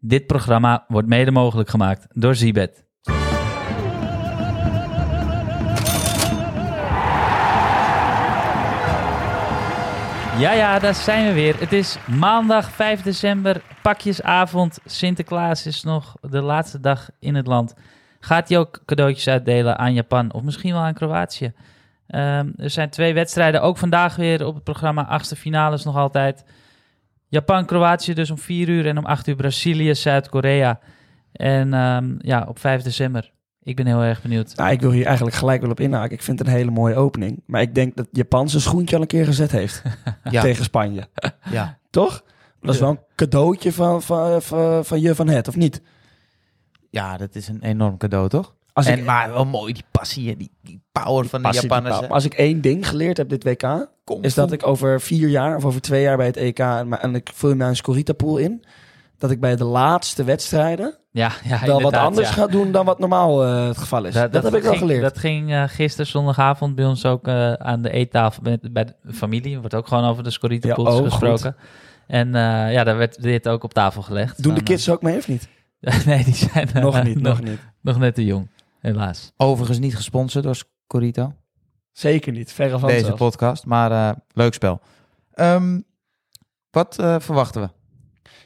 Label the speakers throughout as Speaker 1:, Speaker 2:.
Speaker 1: Dit programma wordt mede mogelijk gemaakt door Zibet. Ja, ja, daar zijn we weer. Het is maandag 5 december, pakjesavond. Sinterklaas is nog de laatste dag in het land. Gaat hij ook cadeautjes uitdelen aan Japan of misschien wel aan Kroatië? Ehm, er zijn twee wedstrijden, ook vandaag weer op het programma. Achtste finales nog altijd. Japan-Kroatië dus om 4 uur en om 8 uur Brazilië-Zuid-Korea. En ehm, ja, op 5 december. Ik ben heel erg benieuwd.
Speaker 2: Nou, ik wil hier eigenlijk gelijk wel op inhaken. Ik vind het een hele mooie opening. Maar ik denk dat Japan zijn schoentje al een keer gezet heeft
Speaker 3: Ja.
Speaker 2: tegen Spanje.
Speaker 3: Ja.
Speaker 2: Toch? Dat is wel een cadeautje van, van, van, van je van het, of niet?
Speaker 3: ja, dat is een enorm cadeau, toch?
Speaker 2: Als
Speaker 3: en,
Speaker 2: ik,
Speaker 3: maar wel mooi, die passie en die, die power van de
Speaker 2: Passie, die
Speaker 3: Japanners.
Speaker 2: paal. Maar als ik één ding geleerd heb dit WK, is dat ik over vier jaar of over twee jaar bij het EK en, maar- en ik vul me een Scorita pool in, dat ik bij de laatste wedstrijden
Speaker 1: Ja, ja
Speaker 2: wel wat
Speaker 1: inderdaad,
Speaker 2: anders
Speaker 1: ja.
Speaker 2: ga doen dan wat normaal eh, het geval is. Dat, heb ik wel
Speaker 1: ging-
Speaker 2: geleerd.
Speaker 1: Dat ging eh, gisteren zondagavond bij ons ook eh, aan de eettafel met, bij de familie. Er wordt ook gewoon over de scorita
Speaker 2: Ja,
Speaker 1: pools
Speaker 2: oh, goed.
Speaker 1: gesproken. En eh, ja, daar werd dit ook op tafel gelegd.
Speaker 2: Doen de
Speaker 1: Van,
Speaker 2: kids ook mee of niet?
Speaker 1: eh, nee, die zijn eh,
Speaker 2: Nog niet,
Speaker 1: nog,
Speaker 2: nog niet.
Speaker 1: nog net te jong, helaas.
Speaker 3: Overigens niet gesponsord door Corito,
Speaker 2: Zeker niet, verre van
Speaker 3: deze
Speaker 2: zelfs.
Speaker 3: podcast. Maar eh, leuk spel. Ehm, wat eh, verwachten we?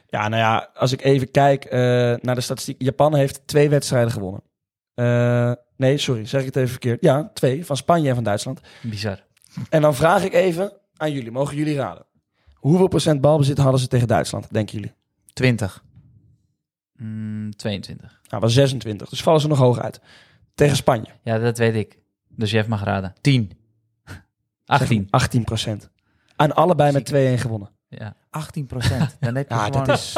Speaker 2: Ja, nou ja, als ik even kijk eh, naar de statistiek. Japan heeft twee wedstrijden gewonnen. Eh, nee, sorry, zeg ik het even verkeerd. Ja, twee, van Spanje en van Duitsland.
Speaker 1: Bizar.
Speaker 2: En dan vraag ik even aan jullie, mogen jullie raden? Hoeveel procent balbezit hadden ze tegen Duitsland, denken jullie?
Speaker 3: 20.
Speaker 1: Mm, 22.
Speaker 2: Nou, was 26, dus vallen ze nog hoog uit. Tegen Spanje,
Speaker 1: Ja, dat weet ik. Dus Jeff mag raden.
Speaker 3: 10.
Speaker 1: 18.
Speaker 2: 18 procent. Aan allebei met 2-1 gewonnen.
Speaker 1: Ja.
Speaker 3: 18 procent. Dan heb je
Speaker 2: Ja,
Speaker 3: gewoon
Speaker 2: dat is,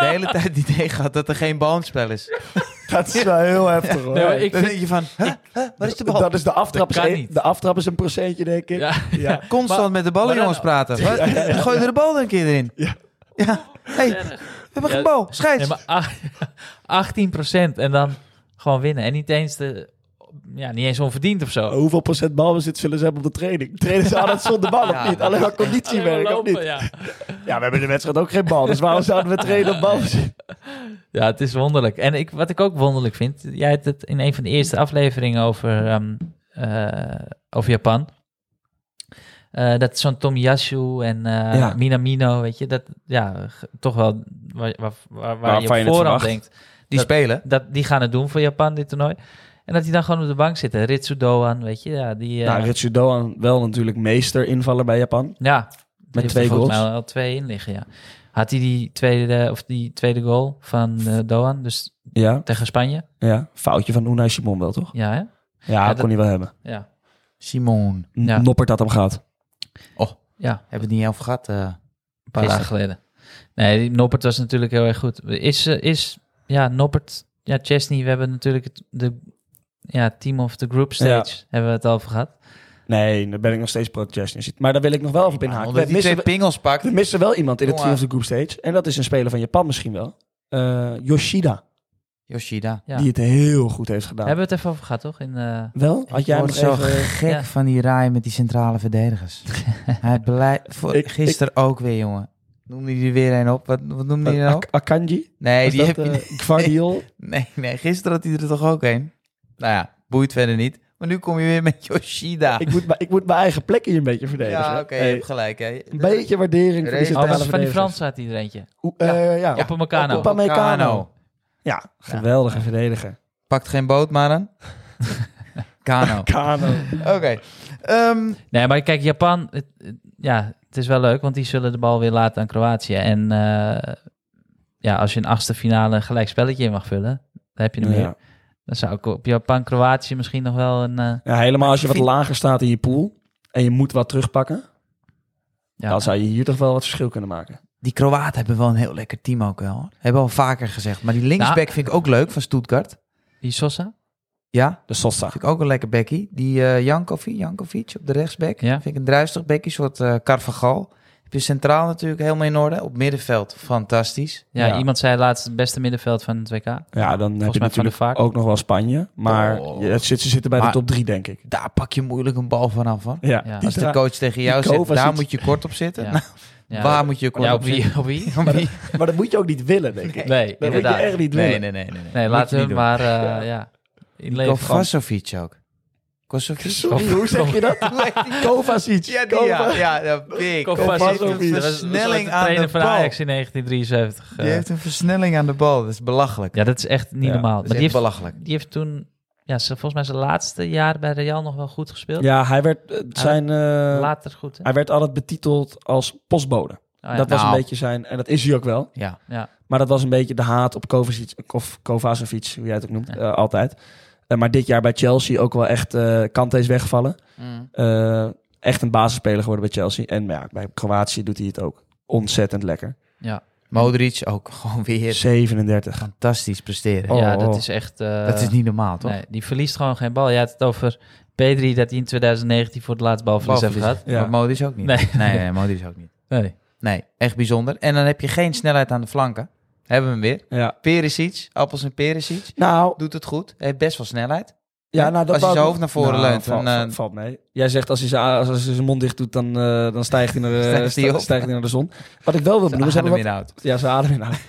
Speaker 3: de hele tijd het idee gehad dat er geen bal in het spel is.
Speaker 2: dat is wel heel heftig hoor.
Speaker 1: Nee, maar ik
Speaker 3: Dan
Speaker 1: vind-
Speaker 3: denk je van, huh? Huh? waar is de bal?
Speaker 2: Dat is de aftrap,
Speaker 1: Dat kan
Speaker 2: is een,
Speaker 1: niet.
Speaker 2: de aftrap is een procentje, denk ik.
Speaker 1: Ja.
Speaker 2: ja.
Speaker 3: Constant
Speaker 1: Maar-
Speaker 3: met de ballen
Speaker 1: maar dan-
Speaker 3: jongens praten. Wat? Gooi er de bal dan een keer in. Ja. Hey, we hebben
Speaker 1: Ja,
Speaker 3: geen bal. Scheids.
Speaker 1: Nee, maar ach- 18 en dan gewoon winnen. En niet eens, de, ja, niet eens onverdiend of zo.
Speaker 2: Hoeveel procent balbezit zullen ze hebben op de training? Trainen ze altijd zonder bal of
Speaker 3: Ja,
Speaker 2: niet? Alleen maar
Speaker 1: Alleen maar
Speaker 2: conditiewerk of
Speaker 1: lopen,
Speaker 2: niet?
Speaker 1: ja.
Speaker 2: Ja, we hebben in de wedstrijd ook geen bal. Dus waarom zouden we trainen op balbezit?
Speaker 1: Ja, het is wonderlijk. En ik, wat ik ook wonderlijk vind, jij had het in een van de eerste afleveringen over, ehm, eh, over Japan. Eh, dat zo'n Tomiyasu en eh,
Speaker 2: Ja.
Speaker 1: Minamino, weet je, dat ja, g- toch wel waar, waar, waar, waar je
Speaker 2: Waarvan je
Speaker 1: op
Speaker 2: het
Speaker 1: voorhand
Speaker 2: verwacht.
Speaker 1: denkt.
Speaker 3: Die
Speaker 1: dat-
Speaker 3: spelen.
Speaker 1: Dat, die gaan het doen voor Japan, dit toernooi. En dat die dan gewoon op de bank zitten. Ritsu Doan, weet je, ja, die... eh,
Speaker 2: Nou, Ritsu Doan wel natuurlijk meester invaller bij Japan.
Speaker 1: Ja. Die heeft er
Speaker 2: twee
Speaker 1: volgens
Speaker 2: goals.
Speaker 1: mij al twee in liggen, ja. Had hij die tweede, of die tweede goal van eh, Doan, dus
Speaker 2: Ja,
Speaker 1: tegen Spanje?
Speaker 2: ja. Foutje van Unai Simon wel, toch?
Speaker 1: Ja, hè?
Speaker 2: Ja,
Speaker 1: dat-
Speaker 2: kon hij wel hebben.
Speaker 1: Ja.
Speaker 3: Simon.
Speaker 2: N-
Speaker 1: Ja.
Speaker 2: Noppert had hem gehad.
Speaker 1: Ja,
Speaker 3: Oh. Hebben we het niet over gehad? eh.
Speaker 1: een paar dagen geleden. Nee, die Noppert was natuurlijk heel erg goed. Is, eh, is ja, Noppert, ja, Chesney, we hebben natuurlijk het, de ja, team of the group stage, hebben we het al over gehad.
Speaker 2: Nee, daar ben ik nog steeds protestjes. Maar daar wil ik nog wel even op inhaken.
Speaker 3: omdat
Speaker 2: We
Speaker 3: die twee
Speaker 2: missen,
Speaker 3: pingels pakt.
Speaker 2: we missen wel iemand in de
Speaker 3: Jongen.
Speaker 2: team of the group stage. En dat is een speler van Japan misschien wel. Eh, Yoshida,
Speaker 3: Yoshida.
Speaker 1: Ja.
Speaker 2: die het heel goed heeft gedaan.
Speaker 1: Hebben we het even over gehad, toch? In, eh,
Speaker 2: Wel? Had jij hem nog
Speaker 3: wordt zo
Speaker 2: even...
Speaker 3: gek
Speaker 1: Ja.
Speaker 3: van die raai met die centrale verdedigers. Hij blijft... Voor,
Speaker 2: Ik-
Speaker 3: gisteren ook weer, jongen. Noemde hij er weer een op? Wat, wat noemde hij er op?
Speaker 2: Ak- Akanji?
Speaker 3: Nee,
Speaker 2: Was
Speaker 3: die
Speaker 2: dat,
Speaker 3: heb je
Speaker 2: eh,
Speaker 3: niet.
Speaker 2: Guardiol?
Speaker 3: Nee, nee, gisteren had hij er toch ook een? Nou ja, boeit verder niet. Maar nu kom je weer met Yoshida.
Speaker 2: ik, moet, mijn- ik moet mijn eigen plek hier een beetje verdedigen.
Speaker 3: Ah. ja,
Speaker 2: hè?
Speaker 3: oké,
Speaker 2: Hey,
Speaker 3: je hebt gelijk. Hè.
Speaker 2: een beetje waardering voor die
Speaker 3: Rees-
Speaker 1: oh,
Speaker 2: centrale
Speaker 1: was van die
Speaker 2: verdedigers.
Speaker 1: Frans had hij er eentje.
Speaker 2: Oe- eh, ja.
Speaker 1: Op een Meccano.
Speaker 2: Op- Upamecano. Ja, geweldige verdediger.
Speaker 3: Pakt geen boot, maar dan. Kano.
Speaker 2: Kano.
Speaker 3: Oké. Ehm,
Speaker 1: Nee, maar kijk, Japan, het, het- ja, het is wel leuk, want die zullen de bal weer laten aan Kroatië. En eh, ja, als je een achtste finale een gelijk spelletje in mag vullen, dan heb je er meer.
Speaker 2: Ja.
Speaker 1: Dan zou ik op Japan-Kroatië misschien nog wel een... eh,
Speaker 2: Ja, helemaal als je wat
Speaker 3: Vind-
Speaker 2: lager staat in je pool en je moet wat terugpakken,
Speaker 1: ja,
Speaker 2: dan zou je hier toch wel wat verschil kunnen maken.
Speaker 3: die Kroaten hebben wel een heel lekker team ook wel. hoor. Hebben we al vaker gezegd. Maar die linksback
Speaker 1: Nou.
Speaker 3: vind ik ook leuk van Stuttgart.
Speaker 1: Die Sosa?
Speaker 3: Ja,
Speaker 2: De Sosa.
Speaker 3: vind ik ook een lekker bekkie. Die eh Jankovic, Jankovic op de rechtsback.
Speaker 1: Ja.
Speaker 3: Vind ik een druistig bekkie, soort eh Carvajal. Heb je centraal natuurlijk helemaal in orde. Op middenveld, fantastisch.
Speaker 1: Ja,
Speaker 2: Ja.
Speaker 1: iemand zei laatst het beste middenveld van het WK.
Speaker 2: Ja, dan heb je
Speaker 1: mij Van der
Speaker 2: natuurlijk
Speaker 1: Vaart.
Speaker 2: ook nog wel Spanje. Maar
Speaker 3: Oh.
Speaker 2: je- het zit, ze zitten bij
Speaker 3: Maar-
Speaker 2: de top 3, denk ik.
Speaker 3: Daar pak je moeilijk een bal vanaf hoor.
Speaker 2: Ja,
Speaker 1: Ja.
Speaker 2: Die
Speaker 3: Als de
Speaker 2: dra-
Speaker 3: coach tegen jou
Speaker 2: die
Speaker 3: zegt,
Speaker 2: Kovacic-
Speaker 3: daar moet je kort op zitten.
Speaker 1: Ja.
Speaker 3: Nou,
Speaker 1: Ja.
Speaker 3: Waar moet je je kort
Speaker 1: Ja, op wie? Op wie?
Speaker 3: Op wie?
Speaker 2: Maar dat moet je ook niet willen, denk ik.
Speaker 1: Nee,
Speaker 2: dat moet je
Speaker 1: inderdaad.
Speaker 2: echt niet willen.
Speaker 3: Nee, nee, nee. Nee,
Speaker 1: Nee,
Speaker 3: Moet je
Speaker 1: laten
Speaker 3: niet
Speaker 1: we
Speaker 3: doen.
Speaker 1: maar, eh, ja. In leven van...
Speaker 3: Kovacevic ook. Kovacevic?
Speaker 2: Sorry, hoe zeg je dat? Kovacic.
Speaker 3: Ja, die, ja, ja, ja, big.
Speaker 2: Kovacic.
Speaker 3: Kovacic heeft
Speaker 2: Dat was
Speaker 3: een versnelling aan de
Speaker 1: van
Speaker 3: bal.
Speaker 1: Ajax in 1973. eh.
Speaker 3: Die heeft een versnelling aan de bal. Dat is belachelijk.
Speaker 1: Ja, dat is echt niet
Speaker 2: Ja,
Speaker 1: normaal.
Speaker 3: Dat
Speaker 1: Maar
Speaker 3: is
Speaker 1: die
Speaker 3: echt
Speaker 1: heeft,
Speaker 3: belachelijk.
Speaker 1: die heeft toen, ja, ze- volgens mij zijn laatste jaar bij Real nog wel goed gespeeld.
Speaker 2: Ja, hij werd, eh, zijn, eh,
Speaker 1: Later goed, hè?
Speaker 2: hij werd altijd betiteld als postbode.
Speaker 1: Oh, ja.
Speaker 2: Dat was
Speaker 3: Nou.
Speaker 2: een beetje zijn, en dat is hij ook wel.
Speaker 3: Ja.
Speaker 2: Maar dat was een beetje de haat op Kovacic, of Kovacevic, hoe jij het ook noemt, eh, altijd. Eh, maar dit jaar bij Chelsea ook wel echt eh Kante is weggevallen. Eh, echt een basisspeler geworden bij Chelsea. En ja, bij Kroatië doet hij het ook ontzettend lekker.
Speaker 3: Modric ook gewoon weer
Speaker 2: 37.
Speaker 3: fantastisch presteren.
Speaker 2: Oh.
Speaker 1: ja, dat is echt... eh,
Speaker 3: dat is niet normaal, toch?
Speaker 1: Nee, die verliest gewoon geen bal. Je had het over Pedri dat hij in 2019 voor het laatst balverlies heeft
Speaker 3: Balverlies.
Speaker 1: gehad.
Speaker 2: Ja.
Speaker 3: Maar Modric ook niet.
Speaker 1: Nee.
Speaker 3: nee, nee Modric ook niet.
Speaker 1: Nee.
Speaker 3: Nee, echt bijzonder. En dan heb je geen snelheid aan de flanken. Hebben we hem weer.
Speaker 2: Ja.
Speaker 3: Perisic, appels en Perisic.
Speaker 2: Nou,
Speaker 3: Doet het goed. Heeft best wel snelheid.
Speaker 2: ja, nou dat
Speaker 3: Als hij
Speaker 2: wou
Speaker 3: zijn
Speaker 2: ik-
Speaker 3: hoofd naar voren
Speaker 2: Nou,
Speaker 3: leunt,
Speaker 2: Valt,
Speaker 3: dan, eh,
Speaker 2: valt mee. Jij zegt als hij zijn, als hij zijn mond dicht doet, dan, eh, dan stijgt, hij naar, de-
Speaker 3: Stijgt hij op.
Speaker 2: stijgt hij naar de zon. Wat ik wel wil benoemen, ze hebben wat,
Speaker 3: inhoud.
Speaker 2: ja, ze adem inhouden.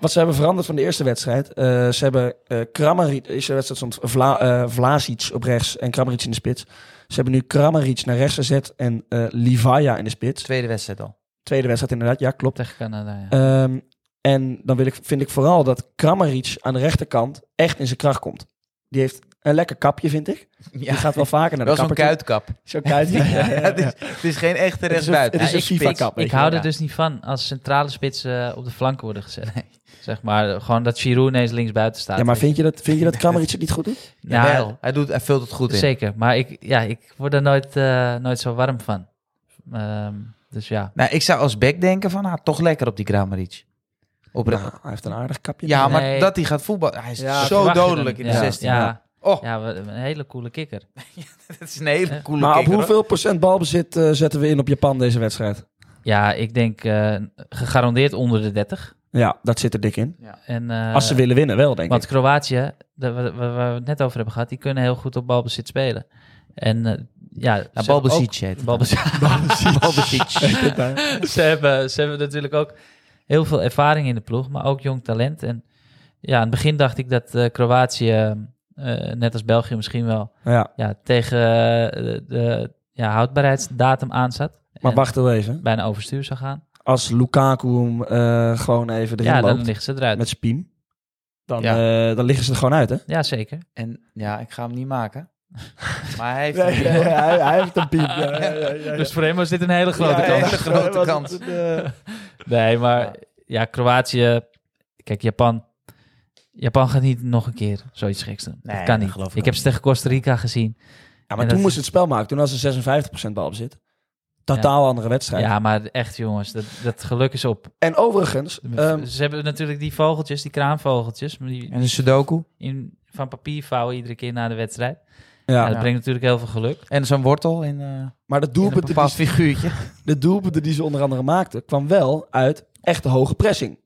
Speaker 2: Wat ze hebben veranderd van de eerste wedstrijd. eh, ze hebben eh Kramaric, de eerste wedstrijd stond Vla, eh, Vlasic op rechts en Kramaric in de spits. Ze hebben nu Kramaric naar rechts gezet en eh Livaja in de spits.
Speaker 3: Tweede wedstrijd al.
Speaker 2: Tweede wedstrijd inderdaad, ja klopt.
Speaker 1: Tegen Canada, ja.
Speaker 2: Ehm, en dan wil ik, vind ik vooral dat Kramaric aan de rechterkant echt in zijn kracht komt. Die heeft een lekker kapje, vind ik.
Speaker 3: Ja,
Speaker 2: Die gaat wel vaker naar de
Speaker 3: wel zo'n
Speaker 2: kapper toe.
Speaker 3: kuitkap.
Speaker 2: Zo'n kuit.
Speaker 3: Ja, het, is, het is geen echte
Speaker 2: Het is een-
Speaker 3: rechtsbuiten.
Speaker 2: het is
Speaker 3: Hij
Speaker 2: een
Speaker 3: spits.
Speaker 2: FIFA-kap. weet
Speaker 1: Ik
Speaker 2: je
Speaker 1: hou
Speaker 2: wel.
Speaker 1: er dus niet van als centrale spitsen eh, op de flanken worden gezet. Zeg maar, gewoon dat Giroud ineens links buiten staat.
Speaker 2: Ja, maar
Speaker 1: Weet
Speaker 2: vind je dat, vind je dat Kramaric het niet goed doet?
Speaker 1: je.
Speaker 3: Ja,
Speaker 1: dus- Ja,
Speaker 3: wel. hij, doet, hij vult het goed in.
Speaker 1: zeker. Maar ik, ja, ik word er nooit, eh, nooit zo warm van. Ehm, dus ja.
Speaker 3: Nou, ik zou als back denken van, ah, toch lekker op die Kramaric. Op
Speaker 2: Nou, hij heeft een aardig kapje.
Speaker 3: ja, maar
Speaker 1: Nee.
Speaker 3: dat hij gaat voetballen. Hij is
Speaker 2: Ja,
Speaker 3: zo
Speaker 1: Verwacht je dan-
Speaker 3: dodelijk in de
Speaker 1: ja,
Speaker 3: 16.
Speaker 1: Ja,
Speaker 3: Oh,
Speaker 1: ja, we- een hele coole kikker.
Speaker 3: dat is een hele coole
Speaker 2: maar op
Speaker 3: kikker, hoor.
Speaker 2: hoeveel procent balbezit eh, zetten we in op Japan deze wedstrijd?
Speaker 1: Ja, ik denk eh, gegarandeerd onder de 30.
Speaker 2: Ja, dat zit er dik in.
Speaker 1: En, eh,
Speaker 2: Als ze willen winnen, wel, denk
Speaker 1: Want
Speaker 2: ik.
Speaker 1: Kroatië, de- waar, waar- waar we het net over hebben gehad, die kunnen heel goed op balbezit spelen. En eh, ja,
Speaker 2: Nou,
Speaker 1: ze
Speaker 3: Ja,
Speaker 1: hebben
Speaker 3: Balbesic heet
Speaker 1: ook-
Speaker 3: het.
Speaker 1: balbezit-
Speaker 3: Balbesic.
Speaker 1: ze, hebben, ze hebben natuurlijk ook heel veel ervaring in de ploeg, maar ook jong talent. En ja, aan het begin dacht ik dat eh, Kroatië, eh, net als België misschien wel,
Speaker 2: Ja,
Speaker 1: ja, tegen eh, de, de, ja, houdbaarheidsdatum aan zat.
Speaker 2: maar
Speaker 1: En
Speaker 2: wacht wel even.
Speaker 1: Bijna overstuur zou gaan.
Speaker 2: Als Lukaku hem eh, gewoon even erin
Speaker 1: Ja, dan
Speaker 2: loopt
Speaker 1: liggen ze eruit.
Speaker 2: met spiem, dan, eh, dan liggen ze er gewoon uit, hè?
Speaker 1: Ja, zeker.
Speaker 3: En ja, ik ga hem niet maken. Maar hij heeft...
Speaker 2: hij, heeft een piep.
Speaker 1: Dus voor hem was dit een hele grote
Speaker 3: Ja, eh,
Speaker 1: kans.
Speaker 3: hele grote kans.
Speaker 1: Nee, maar ja. Kroatië. Kijk, Japan. Japan gaat niet nog een keer zoiets geks doen.
Speaker 3: Nee,
Speaker 1: dat kan
Speaker 3: dat
Speaker 1: niet.
Speaker 3: geloof ik
Speaker 1: ik
Speaker 3: ook
Speaker 1: heb ze tegen Costa Rica gezien.
Speaker 2: Ja,
Speaker 1: En
Speaker 2: maar
Speaker 1: dat-
Speaker 2: toen moest het spel maken. Toen was ze 56% balbezit. Totaal andere wedstrijd.
Speaker 1: Ja, maar echt jongens, dat, dat geluk is op.
Speaker 2: En overigens, ehm,
Speaker 1: ze hebben natuurlijk die vogeltjes, die kraanvogeltjes, maar die
Speaker 3: En een Sudoku.
Speaker 1: in, van papier vouwen iedere keer na de wedstrijd. Ja,
Speaker 2: ja,
Speaker 1: dat
Speaker 3: ja.
Speaker 1: brengt natuurlijk heel veel geluk.
Speaker 3: En zo'n wortel in, eh,
Speaker 2: maar de
Speaker 3: in een
Speaker 2: doelpunten,
Speaker 3: bepaald
Speaker 2: die,
Speaker 3: figuurtje.
Speaker 2: de doelpunten die ze onder andere maakten, kwam wel uit echt hoge pressing.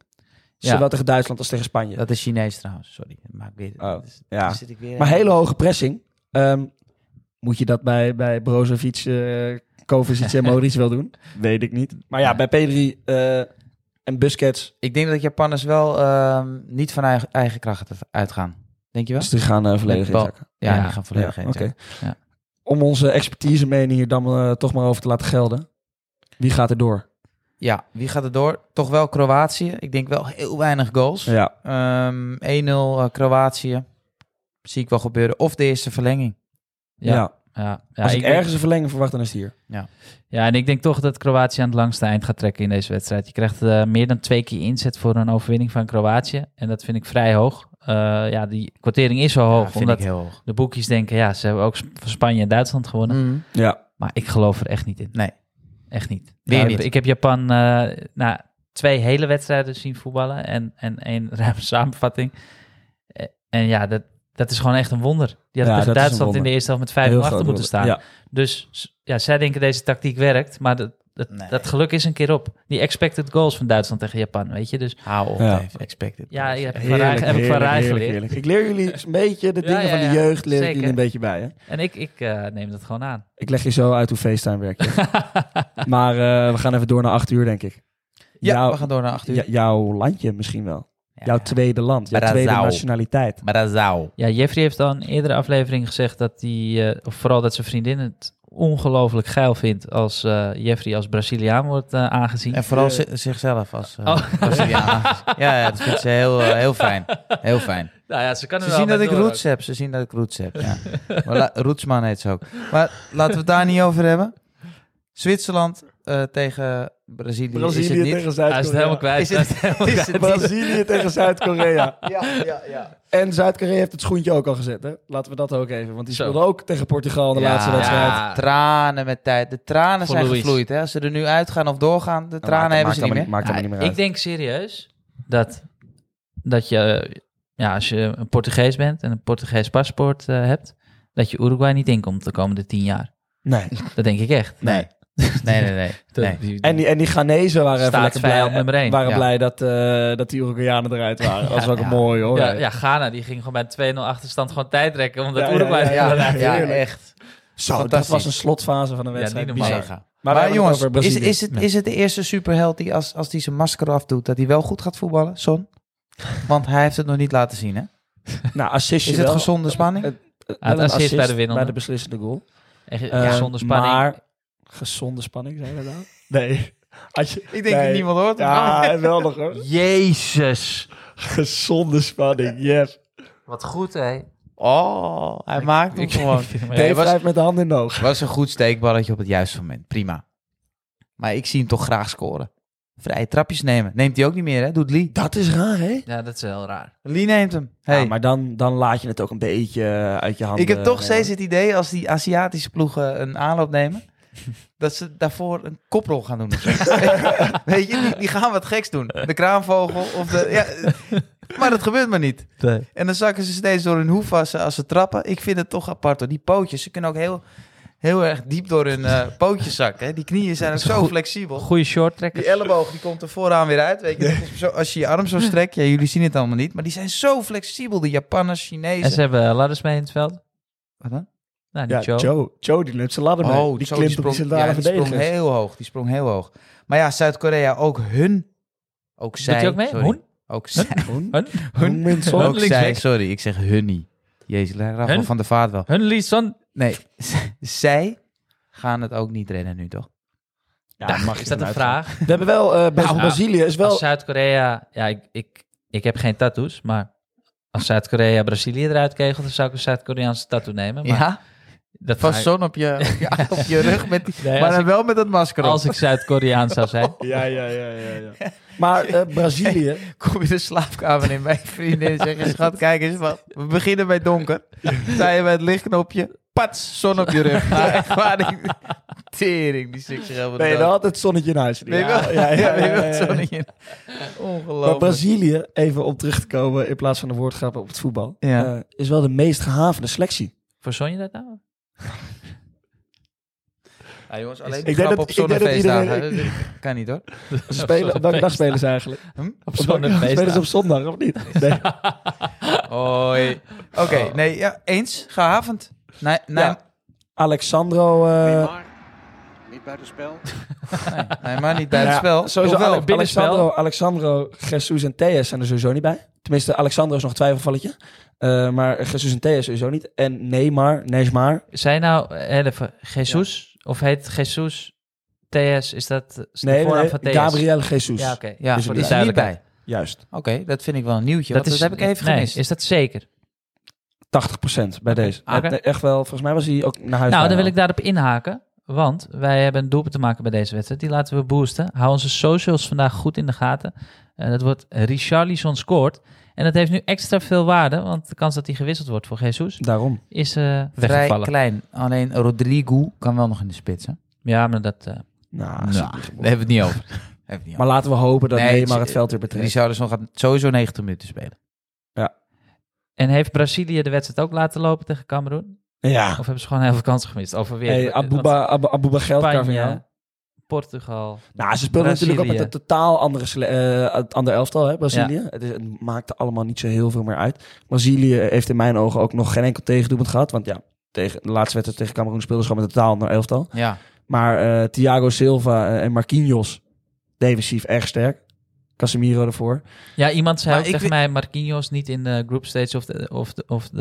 Speaker 1: Ja.
Speaker 2: Zowel tegen Duitsland als tegen Spanje.
Speaker 3: Dat is Chinees trouwens, sorry. Maar ik weer...
Speaker 2: Oh,
Speaker 3: dus-
Speaker 2: ja.
Speaker 3: dus zit ik weer
Speaker 2: Maar hele hoge pressing. ehm, moet je dat bij, bij Brozovic, eh Kovacic en Modric wel doen? Weet ik niet. Maar ja, bij Pedri eh, en Busquets,
Speaker 3: Ik denk dat Japanners wel ehm, niet van eigen, eigen kracht uit- uitgaan. Denk je wel?
Speaker 2: dus die gaan eh, volledig
Speaker 3: Met bal.
Speaker 2: inzakken.
Speaker 3: Ja,
Speaker 1: Ja.
Speaker 3: die gaan volledig
Speaker 2: Ja,
Speaker 3: heen.
Speaker 2: oké.
Speaker 1: Ja.
Speaker 2: Om onze expertise mening hier dan eh, toch maar over te laten gelden. Wie gaat er door?
Speaker 3: Ja, wie gaat er door? Toch wel Kroatië. Ik denk wel heel weinig goals.
Speaker 2: Ja,
Speaker 3: Ehm, 1-0 eh, Kroatië. Zie ik wel gebeuren. Of de eerste verlenging.
Speaker 2: ja.
Speaker 1: Ja, ja. ja,
Speaker 2: als ik,
Speaker 1: ik denk-
Speaker 2: ergens een verlenging verwacht, dan is het hier.
Speaker 1: ja, en ik denk toch dat Kroatië aan het langste eind gaat trekken in deze wedstrijd. Je krijgt eh, meer dan twee keer inzet voor een overwinning van Kroatië. En dat vind ik vrij hoog. Eh, ja, die kwartering is zo
Speaker 3: Ja,
Speaker 1: hoog.
Speaker 3: vind
Speaker 1: omdat
Speaker 3: ik heel hoog.
Speaker 1: de boekjes denken, ja, ze hebben ook Sp- van Spanje en Duitsland gewonnen.
Speaker 3: Mm.
Speaker 2: Ja,
Speaker 1: Maar ik geloof er echt niet in.
Speaker 3: Nee.
Speaker 1: Echt niet.
Speaker 3: Weer
Speaker 1: Ja,
Speaker 3: niet.
Speaker 1: Ik, ik heb Japan eh, na twee hele wedstrijden zien voetballen en, en één ruime samenvatting. Eh, En ja, dat, dat is gewoon echt een wonder. Die had tegen
Speaker 2: Ja, dat is een
Speaker 1: Duitsland in de
Speaker 2: wonder.
Speaker 1: eerste helft met 5-0 achter moeten staan.
Speaker 2: Ja.
Speaker 1: Dus s- ja, zij denken deze tactiek werkt, maar dat, dat,
Speaker 3: Nee.
Speaker 1: dat geluk is een keer op. Die expected goals van Duitsland tegen Japan, weet je. Dus
Speaker 3: Hou op,
Speaker 2: Ja.
Speaker 3: Dave. Expected.
Speaker 1: ja,
Speaker 3: goals.
Speaker 1: ja, heb ik van
Speaker 2: Heerlijk,
Speaker 1: Rij- heb ik van
Speaker 2: heerlijk,
Speaker 1: Rij
Speaker 2: heerlijk,
Speaker 1: geleerd.
Speaker 2: heerlijk. Ik leer jullie een beetje de
Speaker 1: Ja,
Speaker 2: dingen
Speaker 1: ja,
Speaker 2: van
Speaker 1: ja.
Speaker 2: de jeugd, leer ik
Speaker 1: Zeker.
Speaker 2: jullie een beetje bij. Hè?
Speaker 1: En ik, ik eh, neem dat gewoon aan.
Speaker 2: Ik leg je zo uit hoe FaceTime werkt. joh. Maar eh, we gaan even door naar acht uur, denk ik.
Speaker 3: Ja,
Speaker 2: Jouw-
Speaker 3: we gaan door naar acht uur.
Speaker 2: ja, jouw landje misschien wel. Jouw tweede land, jouw
Speaker 3: Brazil.
Speaker 2: tweede nationaliteit.
Speaker 3: Brazil.
Speaker 1: Ja, Jeffrey heeft al in een eerdere aflevering gezegd dat hij, eh, of vooral dat zijn vriendin het ongelooflijk geil vindt als eh, Jeffrey als Braziliaan wordt eh, aangezien.
Speaker 3: En vooral
Speaker 2: Eh.
Speaker 3: zi- zichzelf als eh,
Speaker 1: Oh.
Speaker 3: Braziliaan. ja, ja, dat vindt ze heel, eh, heel fijn. Heel fijn.
Speaker 1: Nou ja, ze kan
Speaker 3: Ze zien dat ik roots heb. Ze zien dat ik roots heb. Ja. maar la- rootsman heet ze ook. Maar laten we het daar niet over hebben. Zwitserland eh, tegen Brazilië, is het niet.
Speaker 1: Hij is het helemaal kwijt.
Speaker 3: Is het-
Speaker 1: Hij is het helemaal
Speaker 3: is
Speaker 1: kwijt.
Speaker 2: Brazilië tegen Zuid-Korea.
Speaker 3: Ja, ja, ja.
Speaker 2: En Zuid-Korea heeft het schoentje ook al gezet, hè? Laten we dat ook even. Want die
Speaker 1: Zo.
Speaker 2: speelde ook tegen Portugal in de laatste wedstrijd.
Speaker 1: ja.
Speaker 3: Tranen met tijd. De tranen
Speaker 1: Voor
Speaker 3: zijn
Speaker 1: Luis.
Speaker 3: gevloeid. Hè. Als ze er nu uitgaan of doorgaan, de tranen hebben ze niet meer.
Speaker 2: Nou, Maakt
Speaker 1: Ja,
Speaker 2: helemaal niet
Speaker 1: ik
Speaker 2: meer uit.
Speaker 1: denk serieus dat, dat je, eh, ja, als je een Portugees bent en een Portugees paspoort eh, hebt, dat je Uruguay niet inkomt de komende tien jaar.
Speaker 2: Nee.
Speaker 1: Dat denk ik echt.
Speaker 3: Nee. Nee, nee, nee. nee.
Speaker 2: En die, en die Ghanezen waren even lekker blij,
Speaker 1: Staatsvijand nummer één,
Speaker 2: waren
Speaker 3: ja.
Speaker 2: blij dat, eh, dat die Uruguayanen eruit waren. dat was ook
Speaker 3: ja.
Speaker 2: mooi, hoor.
Speaker 1: ja, ja, Ghana die ging gewoon bij 2-0 achterstand gewoon tijd trekken, omdat
Speaker 2: Ja, ja,
Speaker 1: Uruguay...
Speaker 2: ja,
Speaker 3: Ja,
Speaker 2: ja,
Speaker 3: ja,
Speaker 2: heerlijk.
Speaker 3: echt.
Speaker 2: Zo, dat
Speaker 3: Fantastisch.
Speaker 2: was een slotfase van een
Speaker 1: Ja,
Speaker 2: wedstrijd.
Speaker 1: niet normaal.
Speaker 2: Bizar.
Speaker 1: Bizar.
Speaker 3: Mega.
Speaker 2: Maar
Speaker 3: Maar,
Speaker 2: wij hebben het
Speaker 3: jongens,
Speaker 2: over
Speaker 3: is,
Speaker 2: Brazilië.
Speaker 3: is, het, is het de eerste superheld die als, als die zijn masker afdoet, dat hij wel goed gaat voetballen, Son? Want hij heeft het nog niet laten zien, hè?
Speaker 2: Nou, assistje
Speaker 3: Is het
Speaker 2: wel.
Speaker 3: gezonde spanning?
Speaker 2: Wel een
Speaker 1: assist bij de winnende.
Speaker 2: Bij de beslissende goal.
Speaker 1: Echt,
Speaker 2: Eh,
Speaker 1: zonder spanning.
Speaker 2: Maar gezonde spanning, zijn we nou? Nee. Als je,
Speaker 3: Ik denk
Speaker 2: nee.
Speaker 3: dat niemand hoort. hem.
Speaker 2: Ja, en wel nog hoor.
Speaker 1: Jezus.
Speaker 2: Gezonde spanning, yes.
Speaker 1: Wat goed, hè?
Speaker 3: Oh, hij maakt hem gewoon.
Speaker 2: Dave
Speaker 3: was-
Speaker 2: wrijft met de hand in de oog.
Speaker 3: Was een goed steekballetje op het juiste moment. Prima. Maar ik zie hem toch graag scoren. Vrije trapjes nemen. Neemt hij ook niet meer, hè? Doet Lee.
Speaker 2: Dat is raar, hè?
Speaker 1: Ja, dat is heel raar.
Speaker 3: Lee neemt hem. Hey.
Speaker 2: Ja, maar dan, dan laat je het ook een beetje eh, uit je handen.
Speaker 3: ik heb toch
Speaker 2: nemen.
Speaker 3: steeds het idee, als die Aziatische ploegen een aanloop nemen, dat ze daarvoor een koprol gaan doen. of zo. Weet je, die, die gaan wat geks doen. De kraanvogel of de... Ja, maar dat gebeurt maar niet. En dan zakken ze steeds door hun hoef als, ze- als ze trappen. Ik vind het toch apart hoor. Die pootjes, ze kunnen ook heel, heel erg diep door hun eh, pootjes zakken. hè. Die knieën zijn ook zo flexibel.
Speaker 1: Goede short
Speaker 3: Die
Speaker 1: trekkers.
Speaker 3: elleboog die komt er vooraan weer uit. Weet je, Dat is zo, als je je arm zo strekt, ja, jullie zien het allemaal niet. Maar die zijn zo flexibel, de Japanners,
Speaker 1: En
Speaker 3: Chinezen.
Speaker 1: ze hebben eh, ladders mee in het veld.
Speaker 3: Wat dan? Oh,
Speaker 1: Nou, die
Speaker 2: Ja, Joe.
Speaker 1: Joe.
Speaker 2: Joe, die neemt zijn ladder mee. die
Speaker 3: zo,
Speaker 2: klimt op die
Speaker 3: ja,
Speaker 2: centrale
Speaker 3: die sprong
Speaker 2: verdediger.
Speaker 3: heel hoog. Die sprong heel hoog. Maar ja, Zuid-Korea, ook hun. Ook zij.
Speaker 1: Doet hij ook mee?
Speaker 3: Sorry.
Speaker 1: Hoen?
Speaker 3: Ook zij.
Speaker 2: Hun,
Speaker 1: Hun?
Speaker 2: hun, min Son.
Speaker 1: Hun?
Speaker 3: Ook zij.
Speaker 1: linksback.
Speaker 3: Sorry, ik zeg hun niet. Jezus, lijkt Rafael
Speaker 1: Hun?
Speaker 3: van de Vaart wel.
Speaker 1: Hun Leeson.
Speaker 3: Nee, z- Dus zij gaan het ook niet redden nu, toch?
Speaker 2: Ja,
Speaker 1: Dag,
Speaker 2: Ah, mag je
Speaker 1: is dat
Speaker 2: vanuit
Speaker 1: een
Speaker 2: gaan.
Speaker 1: vraag?
Speaker 2: We hebben wel, eh, Bra-
Speaker 1: Nou,
Speaker 2: Brazilië is wel...
Speaker 1: Als Zuid-Korea... Ja, ik, ik, ik heb geen tattoos, maar... Als Zuid-Korea Brazilië eruit kegelt, dan zou ik een Zuid-Koreaanse tattoo nemen. Maar
Speaker 3: ja,
Speaker 1: dat
Speaker 3: vast zo'n op je, op je, op je rug, met die,
Speaker 1: Nee, als
Speaker 3: maar dan
Speaker 1: ik-
Speaker 3: wel met dat masker op.
Speaker 1: Als ik Zuid-Koreaan zou zijn.
Speaker 2: Ja, ja, ja, ja. ja. Maar eh, Brazilië...
Speaker 3: Kom je de slaapkamer in bij je vriendin en zeg je, schat, kijk eens wat. We beginnen bij donker. Sta je bij het lichtknopje, pats, zon op je rug. Nou, echt waar, ik- tering, die stik zich helemaal
Speaker 2: Nee,
Speaker 3: dood.
Speaker 2: dan had het nou zonnetje in huis.
Speaker 3: Ben je wel?
Speaker 2: ja, ja,
Speaker 3: ben je
Speaker 2: ja,
Speaker 3: wel
Speaker 2: ja, ja.
Speaker 3: zonnetje?
Speaker 2: Maar
Speaker 3: Ongelooflijk.
Speaker 2: Brazilië, even om terug te komen in plaats van de woordgrappen op het voetbal,
Speaker 3: Ja.
Speaker 2: eh, is wel de meest gehavende selectie.
Speaker 1: Verzon je dat nou?
Speaker 3: Ja, jongens, alleen
Speaker 2: Ik
Speaker 3: die
Speaker 2: denk dat-
Speaker 3: grap op
Speaker 2: ik denk dat
Speaker 3: zonnefeestdagen. Dat Kan niet hoor.
Speaker 2: Ze spelen, op welke dag spelen ze eigenlijk?
Speaker 1: Op
Speaker 2: Op welke dag spelen ze op
Speaker 1: feestdag.
Speaker 2: zondag of niet? Nee.
Speaker 3: Hoi. Oké, nee, ja, eens. Gehavend. Nee, nee,
Speaker 2: Ja. Alexandro... eh
Speaker 4: Neymar, niet buitenspel.
Speaker 3: nee, maar niet bij het
Speaker 2: ja,
Speaker 3: spel.
Speaker 2: Sowieso
Speaker 3: Hoewel,
Speaker 2: Ale-
Speaker 1: binnenspel.
Speaker 2: Alexandro, Alexandro, Jesus en Theus zijn er sowieso niet bij. Tenminste, Alexandro is nog een twijfelvalletje. Eh, maar Jesus en Theus sowieso niet. En Neymar, Neymar.
Speaker 1: Zijn nou, eh, even, Jesus? Of heet Jesus TS? Is dat is de
Speaker 2: Nee, nee,
Speaker 1: voornaam
Speaker 2: nee,
Speaker 1: van TS?
Speaker 2: Gabriel Jesus.
Speaker 1: Ja, oké.
Speaker 3: ja,
Speaker 2: Is
Speaker 3: is
Speaker 2: er
Speaker 3: er
Speaker 2: niet
Speaker 1: bij.
Speaker 3: niet bij.
Speaker 2: Juist. 80%
Speaker 3: Oké, dat vind ik wel een nieuwtje. Dat, dat heb ik even
Speaker 1: nee,
Speaker 3: gemist.
Speaker 1: Is dat zeker?
Speaker 2: bij deze.
Speaker 1: Ah, oké.
Speaker 2: Eh, nee, Echt wel, volgens mij was hij ook naar
Speaker 1: Nou,
Speaker 2: huis.
Speaker 1: dan
Speaker 2: bijna.
Speaker 1: wil ik daarop inhaken. Want wij hebben een doelpunt te maken bij deze wedstrijd. Die laten we boosten. Hou onze socials vandaag goed in de gaten. Eh, dat wordt Richarlison scoort. En dat heeft nu extra veel waarde. Want de kans dat hij gewisseld wordt voor Jesus
Speaker 2: Daarom.
Speaker 1: is eh
Speaker 3: Vrij
Speaker 1: weggevallen.
Speaker 3: klein. Alleen Rodrigo kan wel nog in de spits. Hè?
Speaker 1: Ja, maar dat... eh,
Speaker 2: Nou,
Speaker 3: Nou, daar hebben we het niet over. Daar hebben we het niet over.
Speaker 2: Maar laten we hopen dat
Speaker 3: Nee,
Speaker 2: Neymar
Speaker 3: ik-
Speaker 2: het veld weer betreedt.
Speaker 3: Richarlison gaat sowieso 90 minuten spelen.
Speaker 1: En heeft Brazilië de wedstrijd ook laten lopen tegen Cameroen?
Speaker 2: Ja.
Speaker 1: Of hebben ze gewoon heel veel kansen gemist? Over weer.
Speaker 2: Hey,
Speaker 1: eh,
Speaker 2: Abuba, Ab- Abuba Geldkaart van jou.
Speaker 1: Spanje, Portugal.
Speaker 2: Nou, ze speelden natuurlijk ook met een
Speaker 1: Brazilië.
Speaker 2: totaal andere, sele- eh, het andere elftal, hè, Brazilië. Het, is- het maakte allemaal niet zo heel veel meer uit. Brazilië heeft in mijn ogen ook nog geen enkel tegendoelpunt gehad. Want ja, tegen, de laatste wedstrijd tegen Cameroen speelden ze gewoon met een totaal ander elftal.
Speaker 3: Ja.
Speaker 2: Maar eh, Thiago Silva eh, en Marquinhos, defensief echt sterk. Casemiro ervoor.
Speaker 1: Ja, iemand zei
Speaker 3: Maar
Speaker 1: ook
Speaker 3: ik
Speaker 1: tegen
Speaker 3: weet-
Speaker 1: mij Marquinhos niet in de group stage of de, of de, of de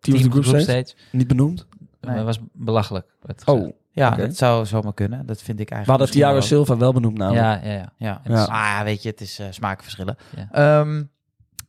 Speaker 2: Team of the group stage? Niet benoemd.
Speaker 1: Dat
Speaker 3: Nee.
Speaker 1: was belachelijk. werd gezegd.
Speaker 2: Oh,
Speaker 3: Ja,
Speaker 2: Oké.
Speaker 3: dat zou zomaar kunnen. Dat vind ik
Speaker 2: we
Speaker 3: eigenlijk.
Speaker 2: hadden
Speaker 3: misschien
Speaker 2: Thiago Silva wel benoemd namelijk.
Speaker 1: ja, ja, ja.
Speaker 3: wel- Ja.
Speaker 2: Ja.
Speaker 3: Maar ja, weet je, het is eh, smaakverschillen.
Speaker 1: Ja.
Speaker 3: Ja.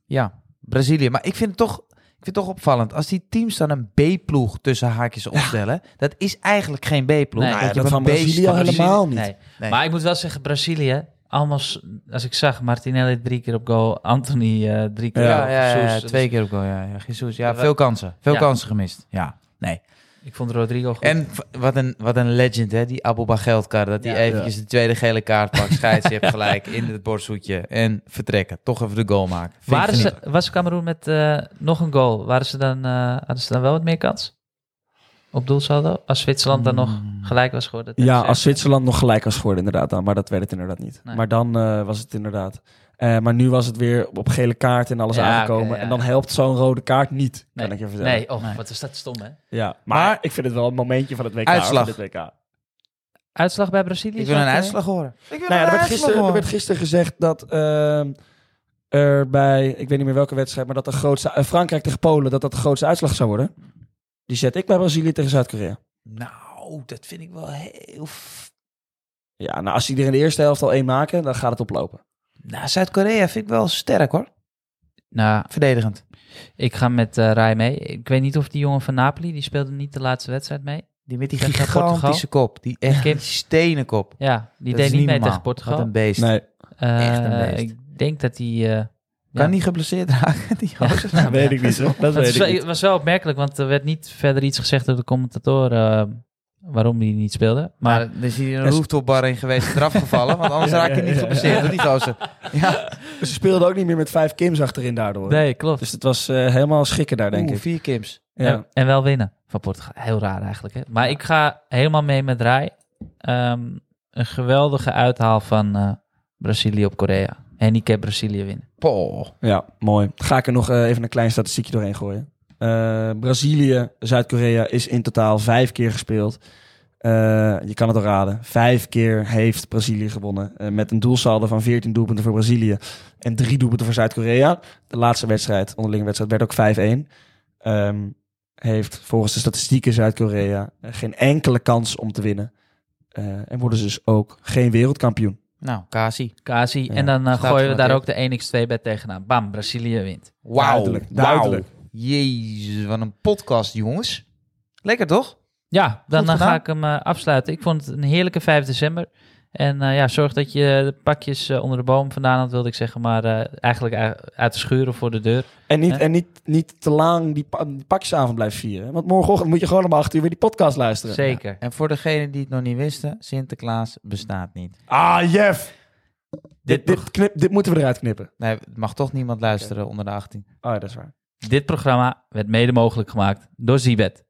Speaker 3: ja, Brazilië. Maar ik vind het toch. Ik vind het toch opvallend. Als die teams dan een B-ploeg tussen haakjes opstellen, dat is eigenlijk geen B-ploeg.
Speaker 1: Nee,
Speaker 2: Nou
Speaker 1: ja,
Speaker 2: ja,
Speaker 3: je
Speaker 2: dat
Speaker 3: hebt
Speaker 2: van
Speaker 3: een beest
Speaker 2: Brazilië
Speaker 3: van
Speaker 2: helemaal niet.
Speaker 1: Nee.
Speaker 3: Nee.
Speaker 1: Maar ik moet wel zeggen, Brazilië, allemaal, s- als ik zag, Martinelli drie keer op goal, Anthony eh, drie keer.
Speaker 3: Ja,
Speaker 1: op,
Speaker 3: ja, ja,
Speaker 1: Soes.
Speaker 3: ja,
Speaker 1: Dus
Speaker 3: twee keer op goal. Ja, ja. Jesus, ja,
Speaker 1: Ja,
Speaker 3: veel kansen. Veel
Speaker 1: ja.
Speaker 3: kansen gemist. Ja, nee.
Speaker 1: Dus Ik vond Rodrigo goed.
Speaker 3: En v- wat een, wat een legend, hè? Die Abel Geldkar. Dat hij
Speaker 1: Ja.
Speaker 3: eventjes de tweede gele kaart pakt. Scheids, je hebt gelijk. In het borsthoedje. En vertrekken. Toch even de goal maken. Vind ik
Speaker 1: Waren ze,
Speaker 3: geniet.
Speaker 1: was Cameroen met eh, nog een goal? Waren ze dan, eh, hadden ze dan wel wat meer kans? Op doelsaldo? Als Zwitserland dan nog
Speaker 3: Mm.
Speaker 1: gelijk was geworden.
Speaker 2: Ja,
Speaker 1: tegen
Speaker 2: als
Speaker 1: Servië.
Speaker 2: Zwitserland nog gelijk was geworden inderdaad dan. Maar dat werd het inderdaad niet.
Speaker 1: eh, Nee.
Speaker 2: Maar dan eh, was het inderdaad... eh, maar nu was het weer op gele kaart en alles
Speaker 1: Ja,
Speaker 2: aangekomen.
Speaker 1: oké, ja.
Speaker 2: En dan helpt zo'n rode kaart niet, kan
Speaker 1: Nee.
Speaker 2: ik je vertellen.
Speaker 1: Nee, oh,
Speaker 3: Nee.
Speaker 1: wat is dat stom, hè?
Speaker 2: Ja, maar, Nou
Speaker 3: Maar-
Speaker 2: ik vind het wel een momentje van het WK.
Speaker 3: Uitslag.
Speaker 2: Van dit WK.
Speaker 1: Uitslag bij Brazilië?
Speaker 3: Ik wil een
Speaker 1: zou
Speaker 3: uitslag horen. eh, Ik wil
Speaker 2: Nou ja,
Speaker 3: een
Speaker 2: er, werd
Speaker 3: uitslag
Speaker 2: gisteren, er
Speaker 3: horen.
Speaker 2: werd gisteren gezegd dat ehm, er bij, ik weet niet meer welke wedstrijd, maar dat de grootste, eh, Frankrijk tegen Polen, dat dat de grootste uitslag zou worden. Die zet ik bij Brazilië tegen Zuid-Korea.
Speaker 3: Nou, dat vind ik wel heel... f-
Speaker 2: Ja, nou als die er in de eerste helft al één maken, dan gaat het oplopen.
Speaker 3: Nou, Zuid-Korea vind ik wel sterk, hoor.
Speaker 1: Nou,
Speaker 3: Verdedigend.
Speaker 1: ik ga met eh Rai mee. Ik weet niet of die jongen van Napoli, die speelde niet de laatste wedstrijd mee.
Speaker 3: Die met die
Speaker 1: Tegen
Speaker 3: gigantische kop. Die echt
Speaker 1: Kim.
Speaker 3: die stenen kop.
Speaker 1: Ja, die
Speaker 3: Dat
Speaker 1: deed niet
Speaker 3: is
Speaker 1: mee
Speaker 3: normaal.
Speaker 1: tegen Portugal.
Speaker 3: Wat een beest.
Speaker 2: Nee,
Speaker 1: Eh,
Speaker 3: echt een beest.
Speaker 1: Ik denk dat die... eh,
Speaker 3: Kan
Speaker 1: Ja.
Speaker 3: niet geblesseerd raken, die gozer.
Speaker 1: nou,
Speaker 2: weet ik niet. Zo. Dat
Speaker 1: Het
Speaker 2: weet
Speaker 1: was,
Speaker 2: ik niet.
Speaker 1: wel- was wel opmerkelijk, want er werd niet verder iets gezegd door de commentatoren eh, waarom die niet speelde.
Speaker 3: Maar
Speaker 1: Maar
Speaker 3: dan is hij in
Speaker 2: Ja,
Speaker 3: een
Speaker 2: ze-
Speaker 3: rooftopbar in geweest en eraf gevallen. Want anders
Speaker 2: Ja,
Speaker 3: raakt hij
Speaker 2: ja,
Speaker 3: niet
Speaker 2: ja, ja.
Speaker 3: geblesseerd, hoor, die gozer. Ja,
Speaker 2: Ze speelden ook niet meer met vijf Kims achterin daardoor.
Speaker 1: nee, klopt.
Speaker 2: Dus het was eh, helemaal schikken daar, denk
Speaker 3: Oeh,
Speaker 2: ik.
Speaker 3: vier kims.
Speaker 2: Ja.
Speaker 1: En, en wel winnen van Portugal. Heel raar eigenlijk. Hè? Maar ik ga helemaal mee met Rai. Ehm, een geweldige uithaal van eh, Brazilië op Korea. Handicap Brazilië winnen.
Speaker 3: Poh.
Speaker 2: Ja, mooi. Ga ik er nog eh, even een klein statistiekje doorheen gooien. Eh, Brazilië, Zuid-Korea is in totaal vijf keer gespeeld. Eh, je kan het al raden. Vijf keer heeft Brazilië gewonnen. eh, met een doelsaldo van 14 doelpunten voor Brazilië en drie doelpunten voor Zuid-Korea. De laatste wedstrijd, onderlinge wedstrijd, werd ook 5-1. Ehm, heeft volgens de statistieken Zuid-Korea eh, geen enkele kans om te winnen. Eh, en worden ze dus ook geen wereldkampioen.
Speaker 3: Nou, Kasi.
Speaker 1: Kasi.
Speaker 2: Ja,
Speaker 1: en dan eh,
Speaker 3: staat
Speaker 1: gooien we daar ook
Speaker 3: genoteerd.
Speaker 1: de 1x2 bij tegenaan. Bam, Brazilië wint.
Speaker 3: Wauw.
Speaker 2: Duidelijk,
Speaker 3: Wauw.
Speaker 2: duidelijk.
Speaker 3: Jezus, wat een podcast, jongens. Lekker, toch?
Speaker 1: Ja, dan eh, ga
Speaker 3: gedaan.
Speaker 1: ik hem eh, afsluiten. Ik vond het een heerlijke 5 december. En eh, ja, zorg dat je de pakjes eh, onder de boom vandaan had, wilde ik zeggen. Maar eh, eigenlijk uit- uit de schuren voor de deur.
Speaker 2: En niet,
Speaker 1: Hè?
Speaker 2: en niet, niet te lang die, pa die pakjesavond blijven vieren. Want morgenochtend moet je gewoon om acht uur weer die podcast luisteren.
Speaker 1: Zeker.
Speaker 3: En voor degenen die het nog niet wisten, Sinterklaas bestaat niet.
Speaker 2: Ah, Jeff! Dit,
Speaker 1: Dit,
Speaker 2: dit, knip, dit moeten we eruit knippen.
Speaker 3: Nee, het mag toch niemand luisteren onder de 18.
Speaker 2: Oh ja, dat is waar.
Speaker 1: dit programma werd mede mogelijk gemaakt door Zibet.